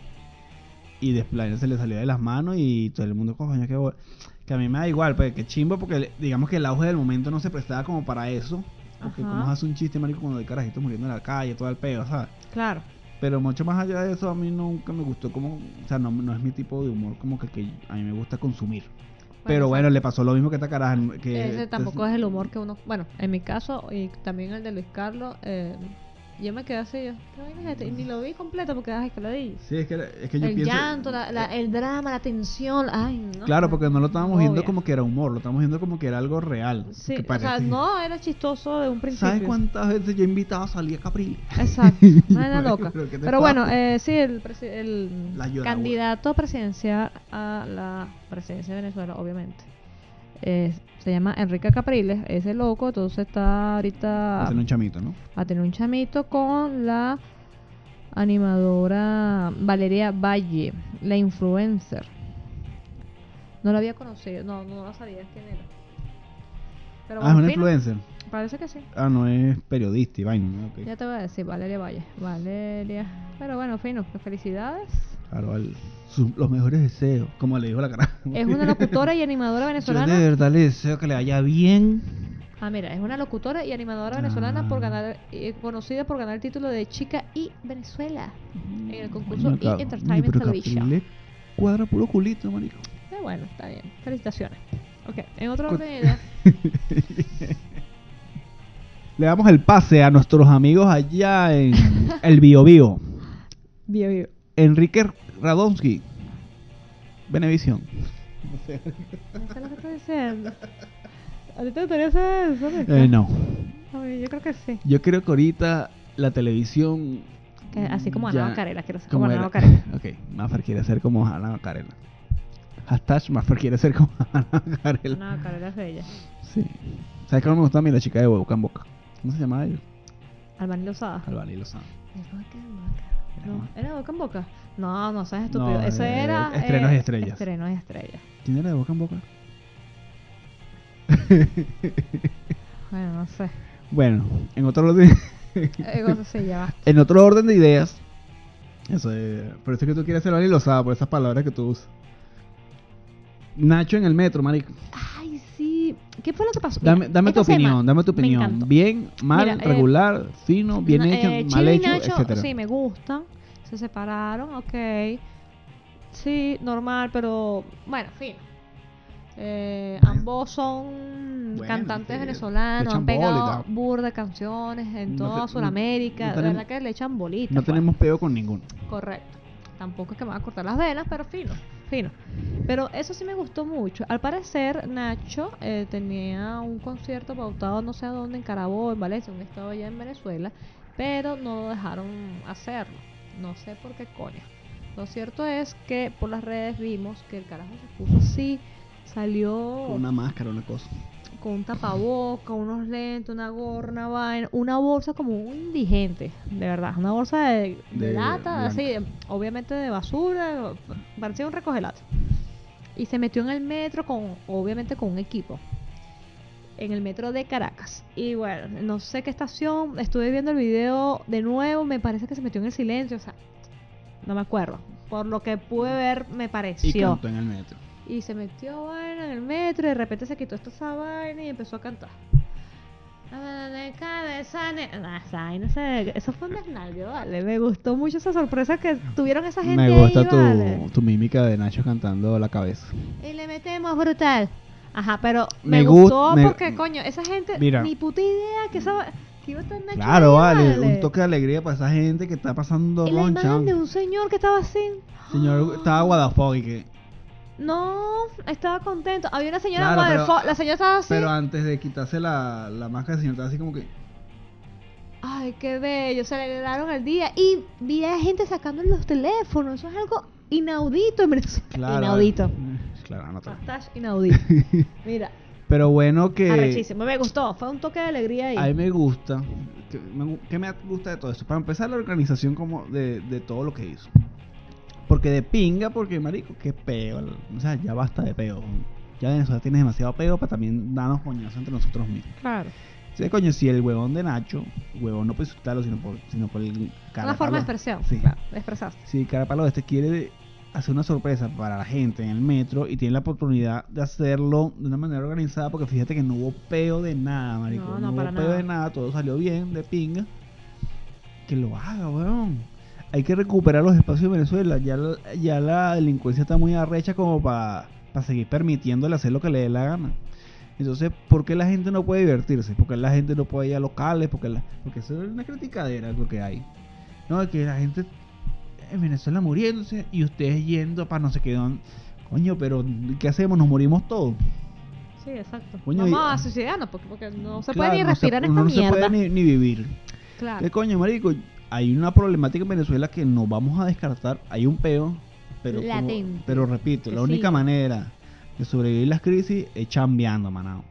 A: Y después la vaina se le salía de las manos y todo el mundo, coño, que, que a mí me da igual, pues que chimbo, porque le- digamos que el auge del momento no se prestaba como para eso. Porque
C: Ajá.
A: como hace un chiste, marico, cuando hay carajitos muriendo en la calle, todo el pedo, ¿sabes?
C: milico. Claro.
A: Pero mucho más allá de eso, a mí nunca me gustó como, o sea, no, no es mi tipo de humor como que, que a mí me gusta consumir. Pero
C: sí.
A: bueno, le pasó lo mismo que a esta caraja. Que
C: Ese tampoco es el humor que uno. Bueno, en mi caso, y también el de Luis Carlos, eh, yo me quedé así. Yo, ¿qué vaina es esta? Y ni lo vi completo porque, ay, que lo di.
A: Sí, es que, es que yo
C: El
A: pienso.
C: llanto, la- la- el drama, la tensión. Ay, no.
A: Claro, porque no lo estábamos viendo
C: Obvio.
A: como que era humor, lo estábamos viendo como que era algo real.
C: Sí,
A: que
C: o sea,
A: parece-
C: no era chistoso de un principio.
A: ¿Sabes cuántas veces yo he invitado a salir a Caprile?
C: Exacto, una
A: Marico,
C: loca.
A: pero ¿qué te
C: Pero bueno,
A: pasa?
C: eh, sí, el, presi- el
A: La llora,
C: candidato presidencial a la presidencia de Venezuela, obviamente. eh, se llama Enrique Capriles, ese loco, entonces está ahorita
A: Hacer un chamito, ¿no?
C: a tener un chamito con la animadora Valeria Valle, la influencer. No la había conocido, no, no la sabía quién era. Pero
A: ah, es
C: bueno,
A: una
C: fino,
A: influencer.
C: Parece que sí.
A: Ah, no es periodista y vaina. ¿no? Ok.
C: Ya te voy a decir, Valeria Valle. Valeria. Pero bueno, fino, pues felicidades.
A: Claro, al- sus- los mejores deseos, como le dijo la cara.
C: Es una locutora y animadora
D: Yo de
C: venezolana.
D: verdad le deseo que le vaya bien.
C: Ah, mira, es una locutora y animadora venezolana
A: Ah.
C: por ganar, eh, conocida por ganar el título de Chica y Venezuela en el concurso
A: Marica,
C: E Entertainment
A: pero
C: Television.
A: Caprile cuadra puro culito, marico.
C: Eh, bueno, está bien. Felicitaciones. Ok, en otro orden de ideas,
A: Le damos el pase a nuestros amigos allá en el Bio Bio.
C: Bio Bio.
A: Enrique Radonsky, Benevisión.
C: No sé lo que estoy diciendo. ¿A ti te interesa eso? Mica?
A: Eh, no.
C: A mí, yo creo que sí.
A: Yo creo que ahorita la televisión.
C: Que así como
A: ya-
C: Ana Carela, quiero ser
A: ¿cómo
C: como
A: era?
C: Ana Carela.
A: Ok, Maffer quiere ser como Ana Macarena. Hashtag Maffer quiere ser como Ana Macarena.
C: Ana Carela es bella.
A: Sí. ¿Sabes qué no me gustaba a mí? La chica de Boca en Boca. ¿Cómo se llamaba ella?
C: Albaní Lozada.
A: Albany Lozano.
C: De boca en boca. No, ¿Era boca en boca? No, no seas estúpido.
A: No,
C: Eso
A: eh,
C: era.
A: Estrenos y Estrellas.
C: Estrenos y estrellas.
A: ¿Quién era de Boca en Boca?
C: Bueno, no sé.
A: Bueno, en otro orden,
C: Eh, cosa se lleva.
A: en otro orden de ideas. Eso es, por eso es que tú quieres ser Albany Lozano, por esas palabras que tú usas. Nacho en el metro, marico.
C: Ay, sí. ¿Qué fue lo que pasó?
A: Dame,
C: Mira,
A: dame tu
C: esta semana
A: opinión, dame tu
C: me
A: opinión.
C: encantó.
A: Bien, mal,
C: Mira, eh,
A: regular, fino, bien
C: No,
A: hecho,
C: eh,
A: mal
C: Chile y
A: hecho,
C: Nacho,
A: etcétera.
C: Sí, me gustan. Se separaron, ok. Sí, normal, pero bueno, fin. Eh,
A: Bueno.
C: ambos son
A: Bueno,
C: cantantes
A: sí, le
C: venezolanos,
A: echan
C: han pegado
A: bola y tal.
C: burda de canciones en
A: No
C: toda
A: te- no-
C: Sudamérica.
A: no
C: de
A: tenemos-
C: verdad que le echan bolitas.
A: No
C: pues.
A: tenemos peo con ninguno.
C: Correcto. Tampoco es que me va a cortar las venas, pero fino, fino. Pero eso sí me gustó mucho. Al parecer, Nacho eh, tenía un concierto pautado no sé a dónde, en Carabobo, en Valencia, un estado allá en Venezuela, pero no lo dejaron hacerlo. No sé por qué coño. Lo cierto es que por las redes vimos que el carajo se puso así, salió
A: máscara, una cosa.
C: con un tapaboca, unos lentes, una gorra, una vaina, una bolsa como un indigente, de verdad, una bolsa de, de
A: De
C: lata,
A: blanca.
C: así, de- obviamente de basura, parecía un recogelata. Y se metió en el metro con, obviamente con un equipo, en el metro de Caracas. Y bueno, no sé qué estación, estuve viendo el video de nuevo, me parece que se metió en el silencio, o sea, no me acuerdo. Por lo que pude ver, me pareció.
A: Y cantó en el metro.
C: Y se metió vaina en el metro y de repente se quitó esta esa vaina y empezó a cantar. Ah, esa vaina se- Eso fue un desnalgue, vale. Me gustó mucho esa sorpresa que tuvieron esa gente
A: Me gusta
C: ahí,
A: tu,
C: vale.
A: tu mímica de Nacho cantando la cabeza.
C: Y le metemos brutal. Ajá, pero
A: Me
C: me,
A: gu-
C: gustó
A: me-
C: porque, coño, esa gente,
A: Mira.
C: ni puta idea que, esa, que iba a estar Nacho
A: Claro,
C: ahí,
A: vale, un toque de alegría para esa gente que está pasando
C: Y la
A: roncha.
C: imagen de un señor que estaba así.
A: Señor, estaba Guadafog y que...
C: No, estaba contento. Había una señora
A: Claro, pero-
C: waterfall, La señora estaba así.
A: Pero antes de quitarse la, la máscara, el señor estaba así como que...
C: Ay, qué bello, celebraron el día y vi a gente sacando los teléfonos, eso es algo inaudito en Venezuela.
A: Claro.
C: inaudito. Ah,
A: eh, Claro, no tanto.
C: Hashtag inaudito. Mira,
A: Pero bueno que...
C: arrechísimo, me gustó, fue un toque de alegría ahí.
A: Eh, A mí me gusta. que me gu- ¿Qué me gusta de todo esto? Para empezar, la organización como de, de todo lo que hizo. Porque de pinga, porque marico, qué peo. O sea, ya basta de peo. Ya Venezuela tiene demasiado peo para también darnos coñazo entre nosotros mismos.
C: Claro.
A: Sí, coño, si el huevón de Nacho, huevón no por insultarlo, sino por, sino por el
C: Una forma de expresión,
A: Sí.
C: claro, de expresarse.
A: Si Carapalo este quiere hacer una sorpresa para la gente en el metro y tiene la oportunidad de hacerlo de una manera organizada, porque fíjate que no hubo peo de nada, marico.
C: No,
A: No,
C: no,
A: hubo
C: para
A: peo
C: nada.
A: de nada, todo salió bien, de pinga. Que lo haga, weón. Hay que recuperar los espacios de Venezuela. Ya, la- ya la delincuencia está muy arrecha como para seguir permitiéndole hacer lo que le dé la gana. Entonces, ¿por qué la gente no puede divertirse? ¿Por qué la gente no puede ir a locales? Porque, la, porque eso es una criticadera lo que hay. No, es que la gente en Venezuela muriéndose y ustedes yendo para no sé qué dónde. Coño, pero ¿qué hacemos? Nos morimos todos.
C: Sí, exacto.
A: Coño,
C: Vamos
A: y-
C: a suicidarnos porque, porque no se
A: Claro,
C: puede ni
A: no se- uno
C: respirar esta
A: No
C: mierda. Ah.
A: se puede ni, Eh. ni vivir.
C: Claro.
A: ¿Qué coño, marico? Hay una problemática en Venezuela que no vamos a descartar. Hay un peo, pero, como-
C: Latente.
A: pero repito,
C: Que
A: la única
C: sigue.
A: manera de sobrevivir las crisis es chambeando, manao.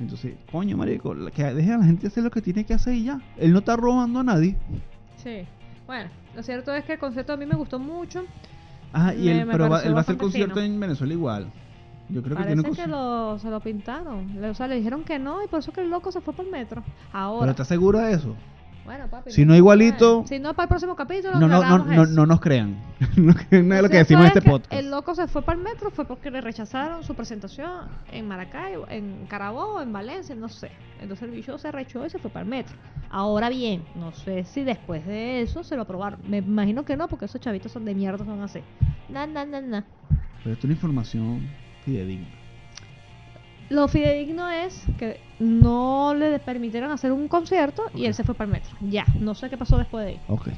A: Entonces, coño, marico, la- que deje a la gente hacer lo que tiene que hacer y ya. Él no está robando a nadie.
C: Sí. Bueno, lo cierto es que el concepto a mí me gustó mucho.
A: Ajá, y
C: Me-
A: él,
C: Eh, me
A: pero va,
C: pareció
A: él va a hacer
C: bastante
A: concierto
C: fino.
A: en Venezuela igual. Yo creo que tiene
C: Parece
A: un
C: que
A: conci-
C: lo, se lo pintaron. Le- O sea, le dijeron que no y por eso que el loco se fue por el metro. Ahora.
A: ¿Pero estás segura de eso?
C: Bueno, papi.
D: Si no igualito-
C: Si no, para el próximo capítulo.
D: No, no, no,
C: grabamos
D: no,
C: eso.
D: no nos crean.
A: no que nada de lo que
C: Ustedes
A: decimos en
C: saben
A: este
C: que
A: podcast.
C: El loco se fue para el metro, fue porque le rechazaron su presentación en Maracaibo, en Carabobo, en Valencia, no sé. Entonces el bicho se rechó y se fue para el metro. Ahora bien, no sé si después de eso se lo aprobaron. Me imagino que no, porque esos chavitos son de mierda, son así. Na, na, na, na.
A: Pero esto es una información fidedigna.
C: Lo fidedigno es que no le permitieron hacer un concierto y él se fue para el metro. Ya, no sé qué pasó después de ahí.
A: Ok.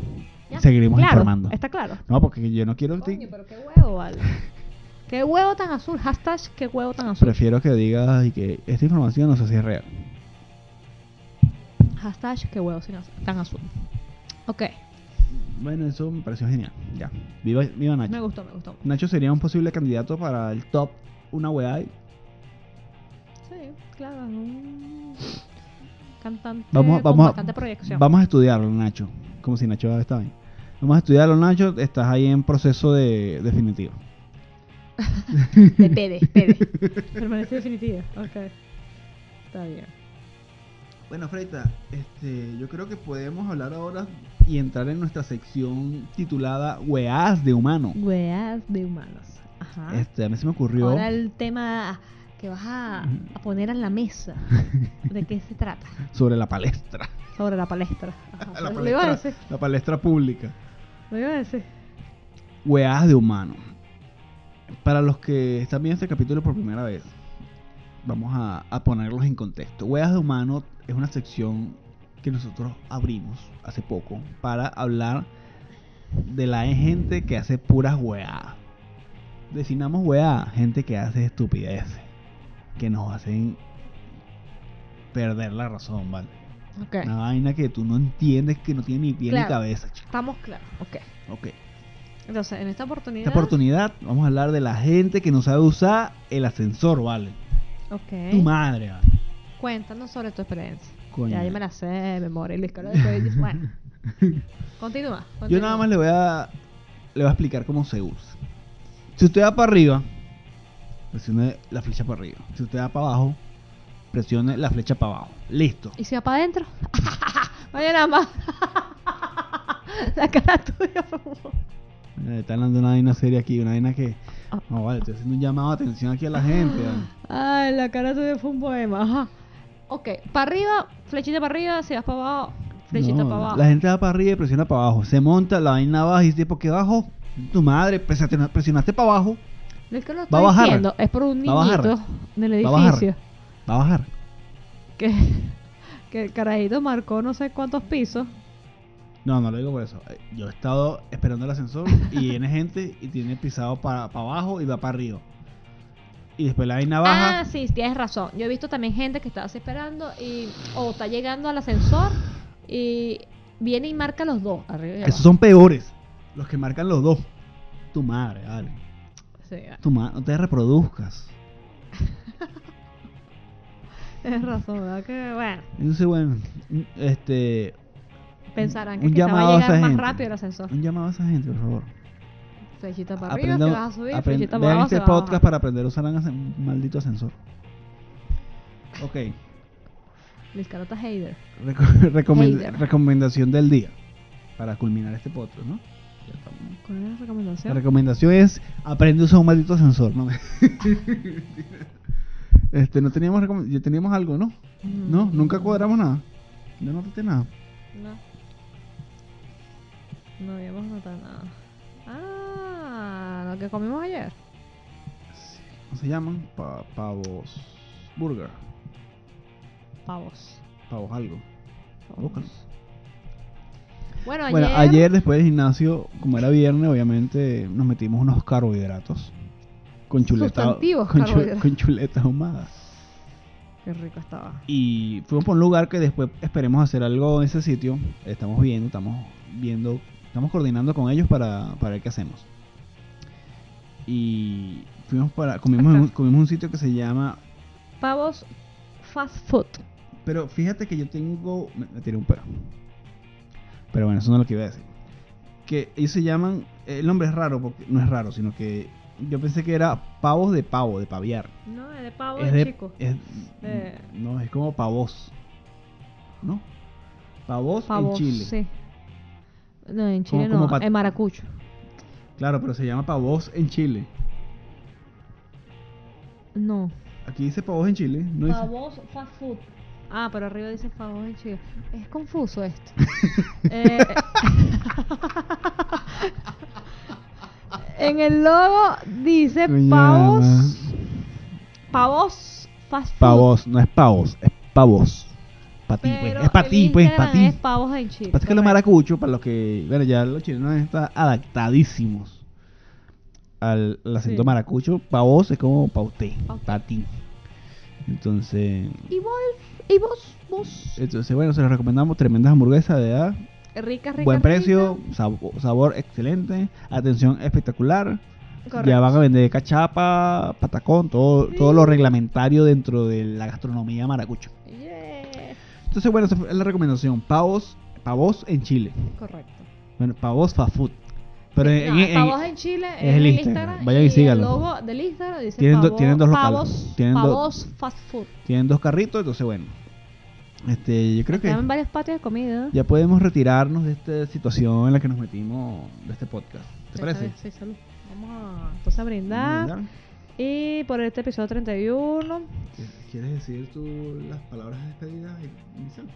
C: Ya.
A: Seguiremos
C: Claro,
A: informando.
C: Está claro.
A: No, porque yo no quiero.
C: Coño, pero qué huevo, vale. Qué huevo tan azul. Hashtag qué huevo tan azul.
A: Prefiero que digas y que esta información no sé si es real.
C: Hashtag que huevo sin az- tan azul. Ok,
A: Bueno, eso me pareció genial. Ya. Viva, viva Nacho.
C: me gustó, me gustó.
A: Nacho sería un posible candidato para el top una weá. y
C: Sí, claro, es un cantante
A: Vamos, a-
C: con
A: vamos,
C: bastante
A: a,
C: proyección.
A: vamos a estudiarlo, Nacho. Como si Nacho estaba ahí. Vamos a estudiarlo, Nacho. Estás ahí en proceso de definitivo.
C: De pede, pede. Permanece definitiva. Ok, está bien.
A: Bueno, Freita, este, yo creo que podemos hablar ahora y entrar en nuestra sección titulada Weás de Humano.
C: Weas de humanos. Ajá.
A: Este, a mí se me ocurrió.
C: Ahora el tema que vas a, a poner en la mesa. ¿De qué se trata?
A: sobre la palestra.
C: Sobre la palestra. Ajá,
A: la,
C: lo iba a
A: palestra
C: decir.
A: la palestra pública.
C: Lo iba a decir.
A: Weas de humano. Para los que están viendo este capítulo por primera vez, vamos a, a ponerlos en contexto. Weas de humano es una sección que nosotros abrimos hace poco para hablar de la gente que hace puras weas. Definamos wea, gente que hace estupideces, que nos hacen perder la razón, ¿vale?
C: Ok,
A: Una vaina que tú no entiendes, que no tiene ni pie ni
C: Claro.
A: cabeza, chico.
C: estamos claros. Ok.
A: Ok.
C: Entonces, en esta oportunidad.
A: Esta oportunidad vamos a hablar de la gente que no sabe usar el ascensor, ¿vale?
C: Ok.
A: Tu madre, ¿vale?
C: Cuéntanos sobre tu experiencia.
A: Coño.
C: Ya yo me la sé de memoria. y la historia de COVID. Bueno, continúa,
A: Yo
C: continúa.
A: nada más le voy a le voy a explicar cómo se usa. Si usted va para arriba, presione la flecha para arriba. Si usted va para abajo, presione la flecha para abajo. Listo.
C: ¿Y si va para adentro? Vaya nada más. la cara tuya, por favor.
A: Eh, Están dando una vaina seria aquí, una vaina que.
C: Oh.
A: No, vale, estoy haciendo un llamado de atención aquí a la gente. ¿vale?
C: Ay, la cara tuya fue un poema. Ajá. Ok, para arriba, flechita para arriba. Si vas para abajo, flechita
A: No,
C: para abajo.
A: La gente va para arriba y presiona para abajo. Se monta, la vaina baja y dice, ¿por qué bajo? Tu madre, presionaste, presionaste para abajo.
C: Lo que lo
A: va a
C: estoy
A: bajar,
C: diciendo es por un
A: va a bajar,
C: niñito del
A: va a bajar.
C: edificio
A: Va a bajar.
C: que, que el carajito marcó no sé cuántos pisos.
A: No, no lo digo por eso. Eh, Yo he estado esperando el ascensor y viene gente y tiene pisado para, para abajo y va para arriba. Y después la vaina baja.
C: Ah, sí, tienes razón. Yo he visto también gente que está así esperando y o está llegando al ascensor y viene y marca los dos arriba y abajo.
A: Esos son peores. Los que marcan los dos. Tu madre, vale.
C: Sí, ah,
A: Tu madre, no te reproduzcas.
C: tienes razón, ¿verdad? Que, bueno,
A: Entonces, bueno, un- este.
C: pensarán que
A: un
C: quizá
A: llamado
C: va
A: a
C: a
A: esa
C: llegar más
A: gente.
C: rápido el ascensor.
A: Un llamado a esa gente, por favor.
C: Flechita para arriba,
A: Aprendan-
C: te vas a subir,
A: aprend-
C: flechita para
A: vean
C: abajo,
A: este
C: te vas a
A: podcast
C: bajar.
A: para aprender a usar un ascen- un maldito ascensor. Ok.
C: Luis Carota Hader.
A: Reco- recomen-
C: Hater.
A: recomendación del día para culminar este podcast, ¿no? Ya estamos.
C: ¿Cuál es la
A: La
C: recomendación?
A: recomendación es aprende a usar un maldito ascensor, ¿no? este, no teníamos recom- ya teníamos algo, ¿no?
C: Mm,
A: No, nunca cuadramos nada. No notaste nada.
C: No. No habíamos notado nada. Ah, lo que comimos ayer.
A: ¿Cómo se llaman? Pa- pavos burger,
C: Pavos.
A: pavos algo. Búscalo.
C: Bueno,
A: Bueno,
C: ayer...
A: ayer después del gimnasio, como era viernes, obviamente nos metimos unos carbohidratos con chuleta,
C: Sustantivos
A: con, chu-
C: carbohidratos.
A: con chuleta ahumada.
C: Qué rico estaba.
A: Y fuimos por un lugar que después esperemos hacer algo en ese sitio. Estamos viendo, estamos viendo, estamos coordinando con ellos para, para ver qué hacemos. Y fuimos para, comimos en un, comimos en un sitio que se llama...
C: Pavos fast food.
A: Pero fíjate que yo tengo... Me, me tiré un pedo. Pero bueno, eso no es lo que iba a decir. Que ellos se llaman... El nombre es raro, porque no es raro, sino que yo pensé que era pavos de pavo, de paviar.
C: No, es de pavo
A: es
C: de
A: de,
C: chico.
A: es-
C: De-
A: No, es como pavos. ¿No? Pavos,
C: Pavos,
A: en Chile.
C: sí. No, en
A: Como-
C: Chile
A: como
C: no,
A: pat-
C: en Maracucho.
A: Claro, pero se llama pavos en Chile.
C: No.
A: Aquí dice pavos en Chile. No dice...
C: Pavos fast food. Ah, pero arriba dice pavos en Chile. Es confuso esto. Eh, en el logo dice
A: Coño,
C: pavos.
A: Ana.
C: Pavos fast food.
A: Pavos, no es pavos, es pavos. Para ti, pues.
C: pero
A: Es para
C: el
A: ti, pues, para
C: Instagram
A: ti.
C: Es pavos en Chile.
A: Pasa que los
C: correcto.
A: maracuchos, para los que. Bueno, ya los chilenos están adaptadísimos al, al acento
C: Sí.
A: maracucho. Para vos es como para usted,
C: Pa' usted.
A: para ti. Entonces,
C: Y vos, y vos, vos.
A: entonces, bueno, se los recomendamos. Tremendas hamburguesas de edad.
C: Rica, rica.
A: Buen precio,
C: rica.
A: sabo- sabor excelente, atención espectacular. Ya
C: Correcto.
A: van a vender cachapa, patacón, todo, todo lo reglamentario dentro de la gastronomía maracucho.
C: Yeah.
A: Entonces, bueno, esa fue la recomendación. Pavos, pavos en Chile.
C: Correcto.
A: Bueno, pavos fast food. Pero
C: Sí,
A: en-
C: no,
A: Eh, en-
C: Pavos en Chile
A: es
C: es el Instagram.
A: Vayan y síganlo.
C: El logo del Instagram dice
A: Tienen do-
C: pavo-
A: tienen dos locales.
C: Pavos,
A: Tienen do-
C: pavos fast food.
A: tienen dos carritos, entonces bueno. Este, yo creo que
C: Tienen varios patios de comida.
A: ya podemos retirarnos de esta situación en la que nos metimos de este podcast. ¿Te
C: Ya
A: parece?
C: sabes, sí, salud. Vamos a, entonces a brindar.
A: ¿Verdad?
C: Y por este episodio 31.
A: ¿Quieres decir tú las palabras de despedida inicial?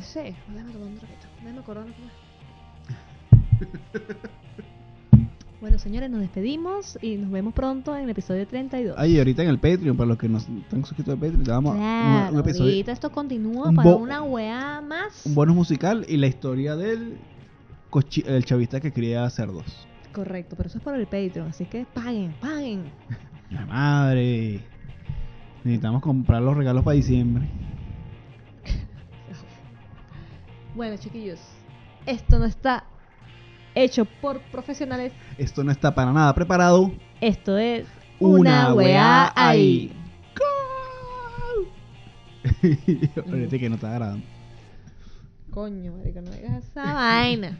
C: Sí, déjame tomar un ratito. Déjame acordarme cómo es. Bueno, señores, nos despedimos y nos vemos pronto en el episodio 32.
A: Ay, ahorita en el Patreon, para los que no están suscritos al Patreon, te damos un-
C: claro,
A: un, episodio,
C: ahorita esto continúa
A: un
C: para
A: bo-
C: una weá más.
A: un bonus musical y la historia del cochi- el chavista que cría cerdos.
C: Correcto, pero eso es por el Patreon, así que paguen, paguen.
A: La madre. Necesitamos comprar los regalos para diciembre.
C: Bueno, chiquillos, esto no está hecho por profesionales,
A: Esto no está para nada preparado.
C: esto es
A: Una weá ahí.
C: ahí.
A: Ahorita este que no está agradando.
C: Coño, marica, no digas esa vaina.